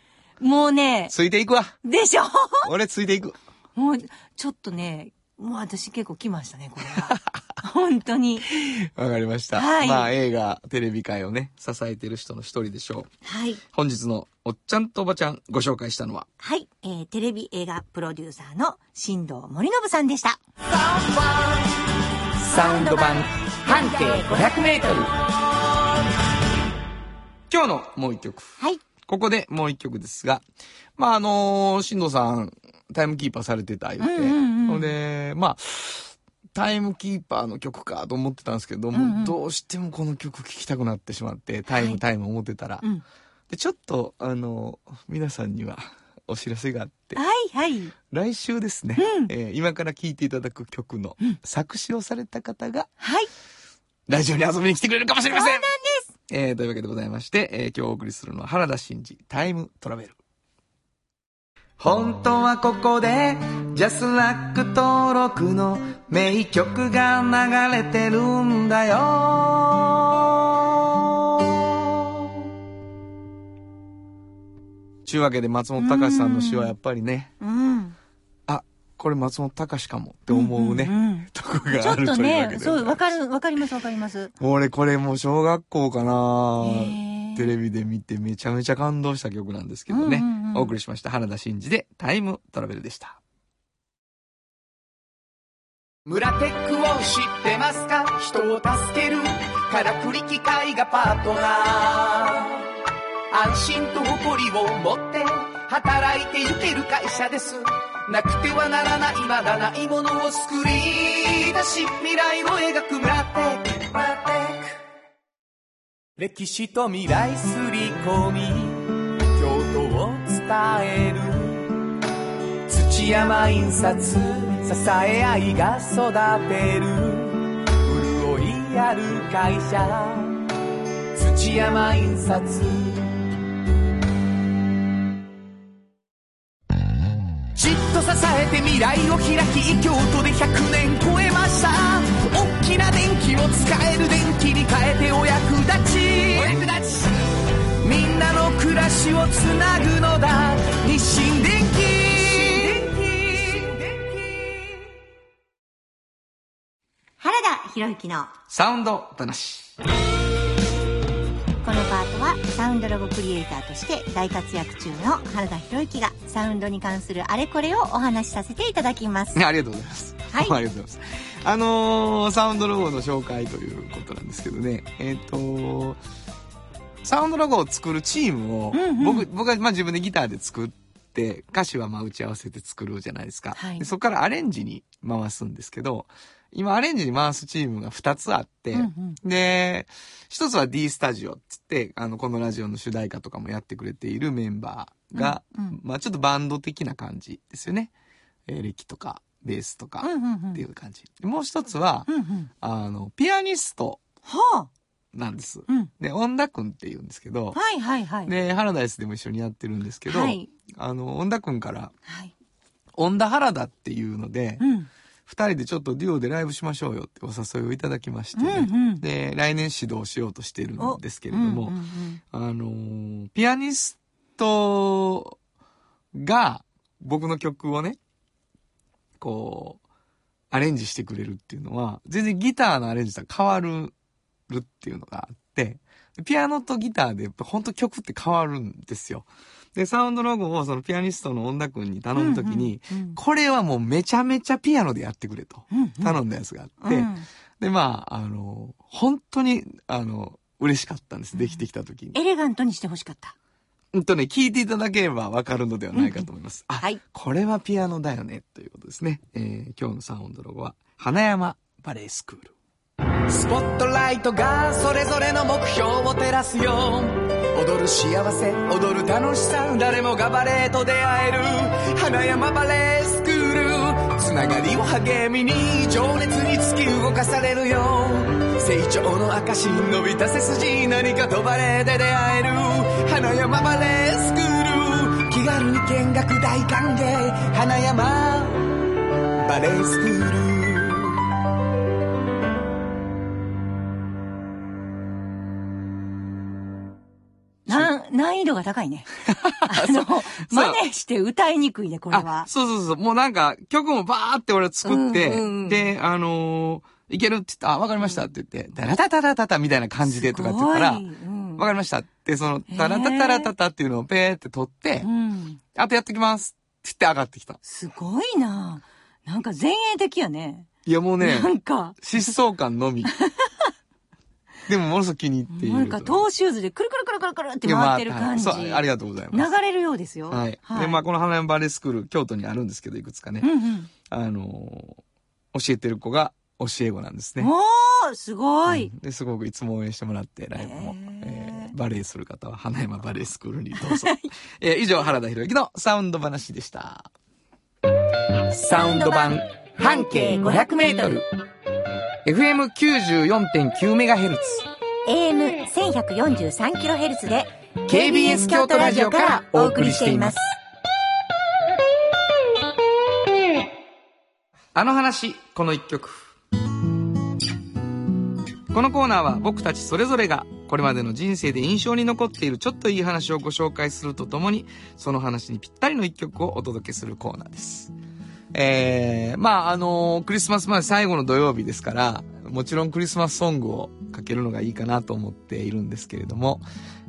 もうね、ついていくわ。で しょ俺ついていく。もう、ちょっとね、もう私結構来ましたね、これは。 本当に。わかりました。はいまあ映画、テレビ界をね、支えてる人の一人でしょう。はい。本日のおっちゃんとおばちゃんご紹介したのは、はい、えー、テレビ映画プロデューサーの新藤森信さんでした。サウンド版半径500メートル今日のもう一曲。はい。ここでもう一曲ですが、まああのー、進藤さん、タイムキーパーされてた言って、うんうんうんほんで、まあ、タイムキーパーの曲かと思ってたんですけども、うんうんどうしてもこの曲聴きたくなってしまって、タイム、はいタイム思ってたら、うんで、ちょっと、あのー、皆さんにはお知らせがあって、はい、はい。来週ですね、うんえー今から聴いていただく曲の作詞をされた方が、はい。ラジオに遊びに来てくれるかもしれませんそうなんですえーというわけでございまして、えー今日お送りするのは原田真二タイムトラベル。本当はここで、ジャスラック登録の名曲が流れてるんだよ。ちゅうわけで松本隆さんの詩はやっぱりね、うん。あ、これ松本隆かもって思うね、んん とこうんちがょあっるとというわけでね、そう、わかる、わかります、わかります。俺これもう小学校かなへーテレビで見てめちゃめちゃ感動した曲なんですけどね、うんうんうんお送りしました原田真二で「タイムトラベル」でした村テックを知ってますか人を助けるからくり機械がパートナー安心と誇りを持って働いていける会社ですなくてはならないまだないものを作り出し未来を描く村テック村テック歴史と未来すり込み京都を伝える土山印刷支え合いが育てる潤いある会社土山印刷じっと支えて未来を開き京都で100年超えました大きな電気を使える電気に変えてお役立ちお役立ちみんなの暮らしをつなぐのだ日清電機原田博之の、サウンド話このパートはサウンドロゴクリエイターとして大活躍中の原田博之がサウンドに関するあれこれをお話しさせていただきます。ありがとうございます、はい ありがとうございますあのーサウンドロゴの紹介ということなんですけどねえっ、とサウンドロゴを作るチームを、うんうん僕僕はまあ自分でギターで作って歌詞はまあ打ち合わせて作るじゃないですか、はいでそこからアレンジに回すんですけど今アレンジに回すチームが2つあって、うんうんで、一つは D スタジオっつって、あの、このラジオの主題歌とかもやってくれているメンバーが、うんうんまあちょっとバンド的な感じですよね。えー、歴とか、ベースとかうんうんうんっていう感じ。でもう一つはう、んうん。あの、ピアニストはなんです。あ。うん。で、恩田くんって言うんですけど、はいはいはい。で、ハラダイスでも一緒にやってるんですけど、はい。あの、恩田くんから、はい。恩田原田っていうのでう、ん。二人でちょっとデュオでライブしましょうよってお誘いをいただきましてね、うんうんで、来年指導しようとしているんですけれども、うんうんうんあのーピアニストが僕の曲をね、こう、アレンジしてくれるっていうのは、全然ギターのアレンジとは変わるるっていうのがあって、ピアノとギターでやっぱ本当曲って変わるんですよ。で、サウンドロゴをそのピアニストの恩田くんに頼むときに、うんうんこれはもうめちゃめちゃピアノでやってくれとうんうん頼んだやつがあっうて、んで、まあ、あの、本当に、あの、嬉しかったんです。できてきたときに。エレガントにしてほしかった。うんとね、聞いていただければわかるのではないかと思います。あ、はいこれはピアノだよね、ということですね。えー今日のサウンドロゴは、花山バレエスクール。スポットライトがそれぞれの目標を照らすよ踊る幸せ踊る楽しさ誰もがバレエと出会える花山バレエスクールつながりを励みに情熱に突き動かされるよ成長の証伸びた背筋何かとバレエで出会える花山バレエスクール気軽に見学大歓迎花山バレエスクールなん難易度が高 いね。あの、真似して歌いにくいね、これあは、。そうそうそう。もうなんか、曲もバーって俺は作って、うんうんうんで、あのーいけるって言ったあ、わかりましたって言って、タラタタラタタみたいな感じでとかって言ったら、すわごいうんかりましたって、その、タラタタラタタっていうのをペーって取ってう、ん。あとやってきますって言って上がってきた。すごいな。なんか前衛的やね。いやもうね、なんか、疾走感 のみ。でもものすごく気に入っている。なんかトーシューズでくるくるくるくるくるっていやまあ回ってる感じ。はいそう、ありがとうございます。流れるようですよ。はい。で、まあ、この花山バレースクール、京都にあるんですけど、いくつかねう。んうん。あのー教えてる子が教え子なんですね。おー、すごい。うんですごくいつも応援してもらってライブも、へーえーバレエする方は花山バレエスクールにど うぞ、えー以上原田博之のサウンド話でしたサウンド版半径 500mFM94.9MHz AM1143kHz で KBS 京都ラジオからお送りしていますあの話この一曲このコーナーは僕たちそれぞれがこれまでの人生で印象に残っているちょっといい話をご紹介するとともにその話にぴったりの一曲をお届けするコーナーですえー、まああのークリスマスまで最後の土曜日ですからもちろんクリスマスソングをかけるのがいいかなと思っているんですけれども、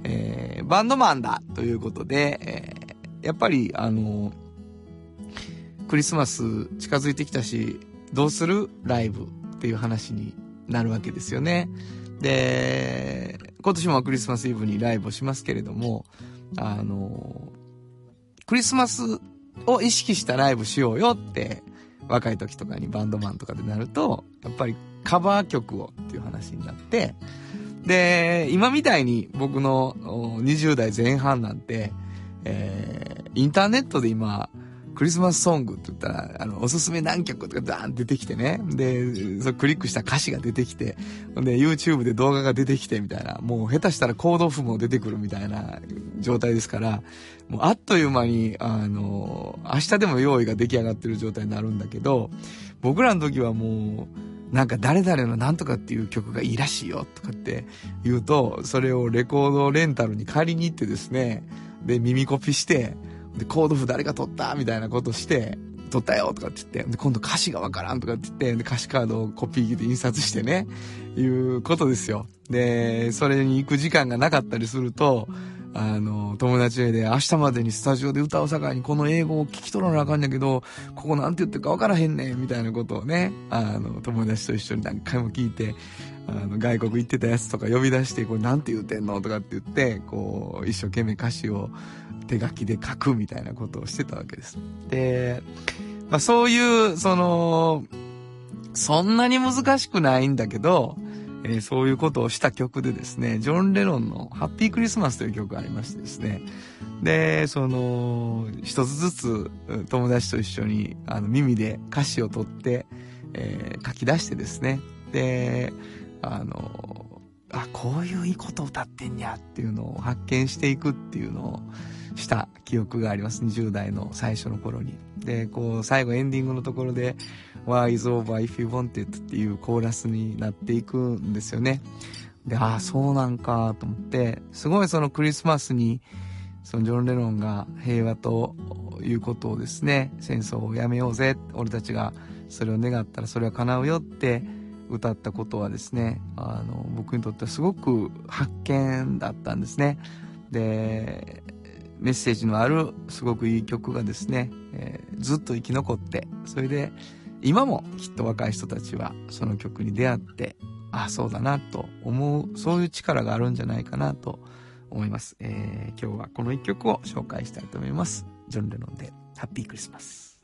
えーバンドマンだということで、えーやっぱりあのークリスマス近づいてきたし、どうするライブっていう話になるわけですよね。で、今年もクリスマスイブにライブをしますけれども、あの、クリスマスを意識したライブしようよって、若い時とかにバンドマンとかでなると、やっぱりカバー曲をっていう話になって、で、今みたいに僕のお20代前半なんて、えーインターネットで今、クリスマスソングって言ったら、あの、おすすめ何曲とかダーン出てきてね。で、そうクリックした歌詞が出てきて、で、YouTube で動画が出てきてみたいな、もう下手したらコード譜も出てくるみたいな状態ですから、もうあっという間に、あの、明日でも用意が出来上がってる状態になるんだけど、僕らの時はもう、なんか誰々のなんとかっていう曲がいいらしいよとかって言うと、それをレコードレンタルに借りに行ってですね、で、耳コピして、で、コード譜誰が取ったみたいなことして、取ったよとかって言って、で、今度歌詞がわからんとかって言って、で、歌詞カードをコピー機で印刷してね、いうことですよ。で、それに行く時間がなかったりすると、あの、友達へで、明日までにスタジオで歌を境にこの英語を聞き取らなあかんねんけど、ここなんて言ってるかわからへんねん、みたいなことをね、あの、友達と一緒に何回も聞いて、あの、外国行ってたやつとか呼び出して、これなんて言うてんのとかって言って、こう、一生懸命歌詞を手書きで書くみたいなことをしてたわけです。で、まあそういう、その、そんなに難しくないんだけど、えーそういうことをした曲でですね、ジョン・レノンのハッピークリスマスという曲がありましてですね、で、その、一つずつうん友達と一緒にあの耳で歌詞を取って、えー書き出してですね、で、あの、あ、こういういいことを歌ってんやっていうのを発見していくっていうのをした記憶があります。20代の最初の頃に。で、こう、最後エンディングのところで、Why is over if you want it っていうコーラスになっていくんですよね。で、ああ、そうなんか、と思って、すごいそのクリスマスに、そのジョン・レノンが平和ということをですね、戦争をやめようぜ、俺たちがそれを願ったらそれは叶うよって歌ったことはですね、あの、僕にとってはすごく発見だったんですね。で、メッセージのあるすごくいい曲がですね、えーずっと生き残って、それで今もきっと若い人たちはその曲に出会って、あ、そうだなと思う、そういう力があるんじゃないかなと思います。えー今日はこの一曲を紹介したいと思います。ジョン・レノンで、ハッピークリスマス。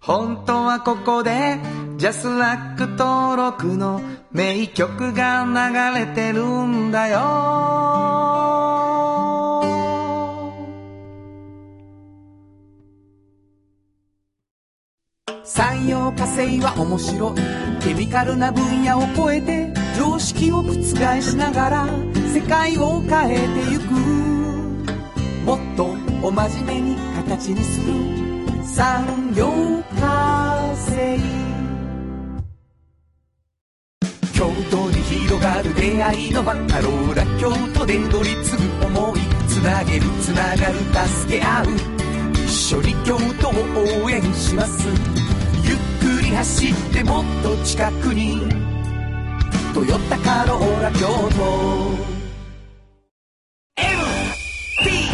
本当はここで、ジャスラック登録の名曲が流れてるんだよ。産業化成は面白いケミカルな分野を超えて常識を覆しながら世界を変えてゆくもっとお真面目に形にする産業化成京都に広がる出会いの場カローラ京都で乗り継ぐ思いつなげるつながる助け合う一緒に京都を応援しますゆっくり走ってもっと近くに「トヨタカローラ京都」MT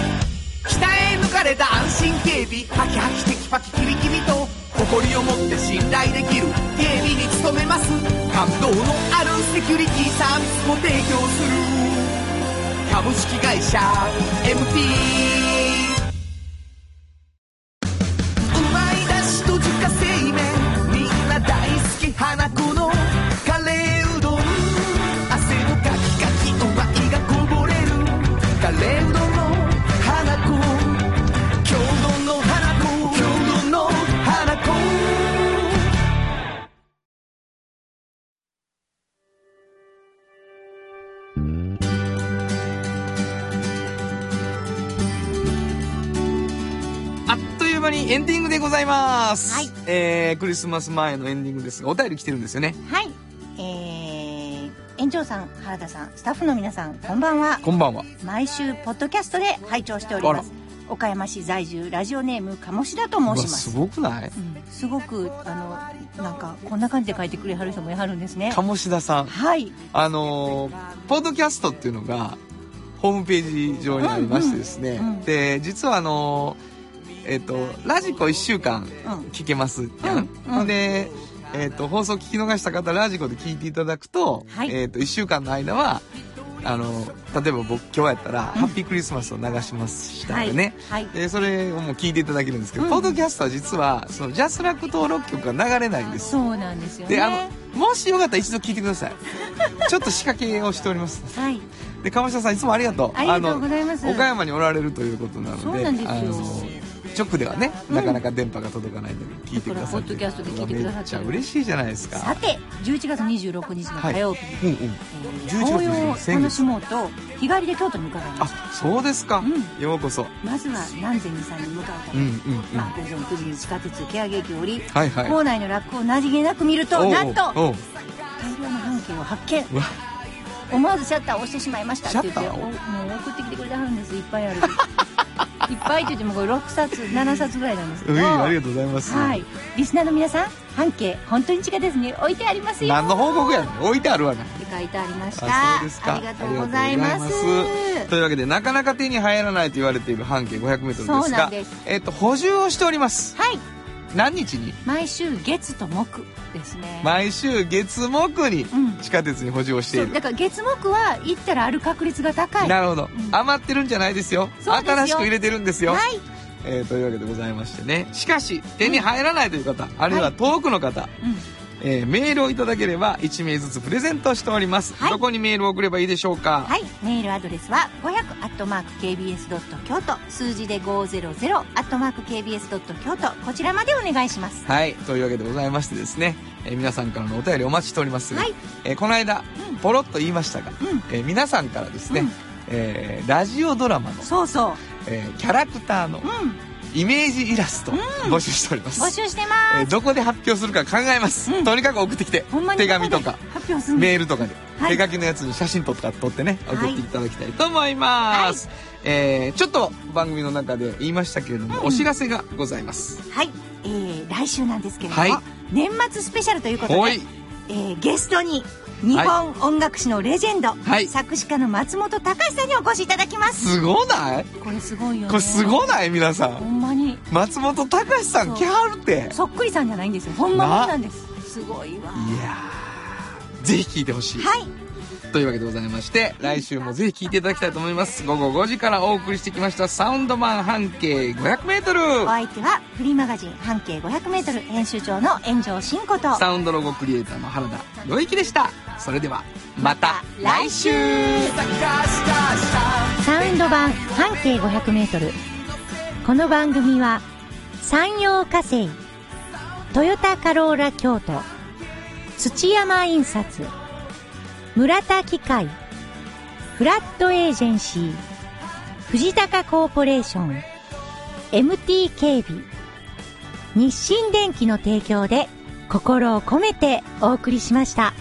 北へ抜かれた安心警備ハキハキテキパキキビキビと誇りを持って信頼できる警備に努めます感動のあるセキュリティサービスも提供する株式会社 MT うまいだしと自家製麺みんな大好き花子のカレーうどん汗のかきかきうまいがこぼれるカレーうどんの花子郷土の花子郷土の花子あっという間にエンディングでございます。はいえー、クリスマス前のエンディングですが、お便り来てるんですよね。はい。えー、園長さん、原田さん、スタッフの皆さん、こんばんは。こんばんは。毎週、ポッドキャストで拝聴しております。岡山市在住、ラジオネーム、鴨志田と申しまうわすす。ごくなういんすごく、あの、なんか、こんな感じで書いてくれはる人もやはるんですね。鴨志田さん。はい。あのーポッドキャストっていうのが、ホームページ上にありましてですね。うんうんで、実はあのーえっ、と、ラジコ1週間うん。聞けますやん。うんうんで、えっ、と、放送聞き逃した方、ラジコで聞いていただくと、はいえっ、と、1週間の間は、あの、例えば僕今日やったら、ハッピークリスマスを流しましたよね。はい。でそれをもう聞いていただけるんですけど、うんポッドキャストは実はそのジャスラック登録曲が流れないんですそうなんですよね。であのもしよかったら一度聞いてく ださいちょっと仕掛けをしておりますはい。で鴨下さんいつもありがとうありがとうございますあの岡山におられるということなのでそうなんですよあの直ではね、なかなか電波が届かないので聞いてくださってだからポッドキャストで聞いてくださっめってちるゃ嬉しいじゃないですかさて、11月26日の火曜日、うんうんえー11月紅葉を先楽月しもうと、日帰りで京都に伺いまあす。そうですか、うんようこそまずは南禅寺さんに向かうたうめ、んうんうんまあ、午前9時に地下鉄ケア駅を降り、はいはい校内のラックを何気なく見るとおうなんとおうおう大量の半径を発見うわ思わずシャッターを押してしまいましたって言ってシャッターをおもう送ってきてくれてはるんですいっぱいある いっぱいって言ってもこれ6冊7冊ぐらいなんですけうどいありがとうございます、はいリスナーの皆さん半径本当に地下鉄に置いてありますよ何の報告やねん置いてあるわなって書いてありましたあそうですかありがとうございますありがとうございますというわけでなかなか手に入らないと言われている半径 500m ですそうながんですえっと補充をしておりますはい何日に毎週月と木ですね毎週月木にん地下鉄に補充をしていそる、うだから月木は行ったらある確率が高いなるほど、ん余ってるんじゃないですよそうですよ新しく入れてるんですよ、はいえーというわけでございましてねしかし手に入らないという方、あるいは遠くの方、うんえーメールをいただければ1名ずつプレゼントしております、はいどこにメールを送ればいいでしょうか、はい、メールアドレスは500 kbs ドット京都数字で500 kbs ドット京都こちらまでお願いします。はい、というわけでございましてですね、えー皆さんからのお便りお待ちしておりますが、はいえーこの間、ポロッと言いましたが、えー皆さんからですね、うんえーラジオドラマの、そうそう、えーキャラクターのうイメージイラスト募集しております、募集してまえーどこで発表するか考えます、とにかく送ってきてす。ほんまに手紙とこかこで発表するんでメールとかで、はい手書きのやつに写真撮った撮ってね送はいっていただきたいと思います、えーちょっと番組の中で言いましたけれども、お知らせがございますはい、えー、来週なんですけれども、はい年末スペシャルということで、はいえーゲストに日本音楽史のレジェンド、はい作詞家の松本隆さんにお越しいただきますすごないこれすごいよねこれすごない皆さほんんまに松本隆さん来はるってそっくりさんじゃないんですよほんまもんなんですすごいわいやーぜひ聞いてほしい、はいというわけでございまして来週もぜひ聞いていただきたいと思います午後5時からお送りしてきました「サウンドマン半径 500m お」相手はフリーマガジン半径 500m 編集長の炎上真子とサウンドロゴクリエイターの原田ロイキでしたそれではまた来週サウンド版半径 500m この番組は山陽火星トヨタカローラ京都土山印刷村田機械フラットエージェンシー藤高コーポレーション MT 警備日清電機の提供で心を込めてお送りしました。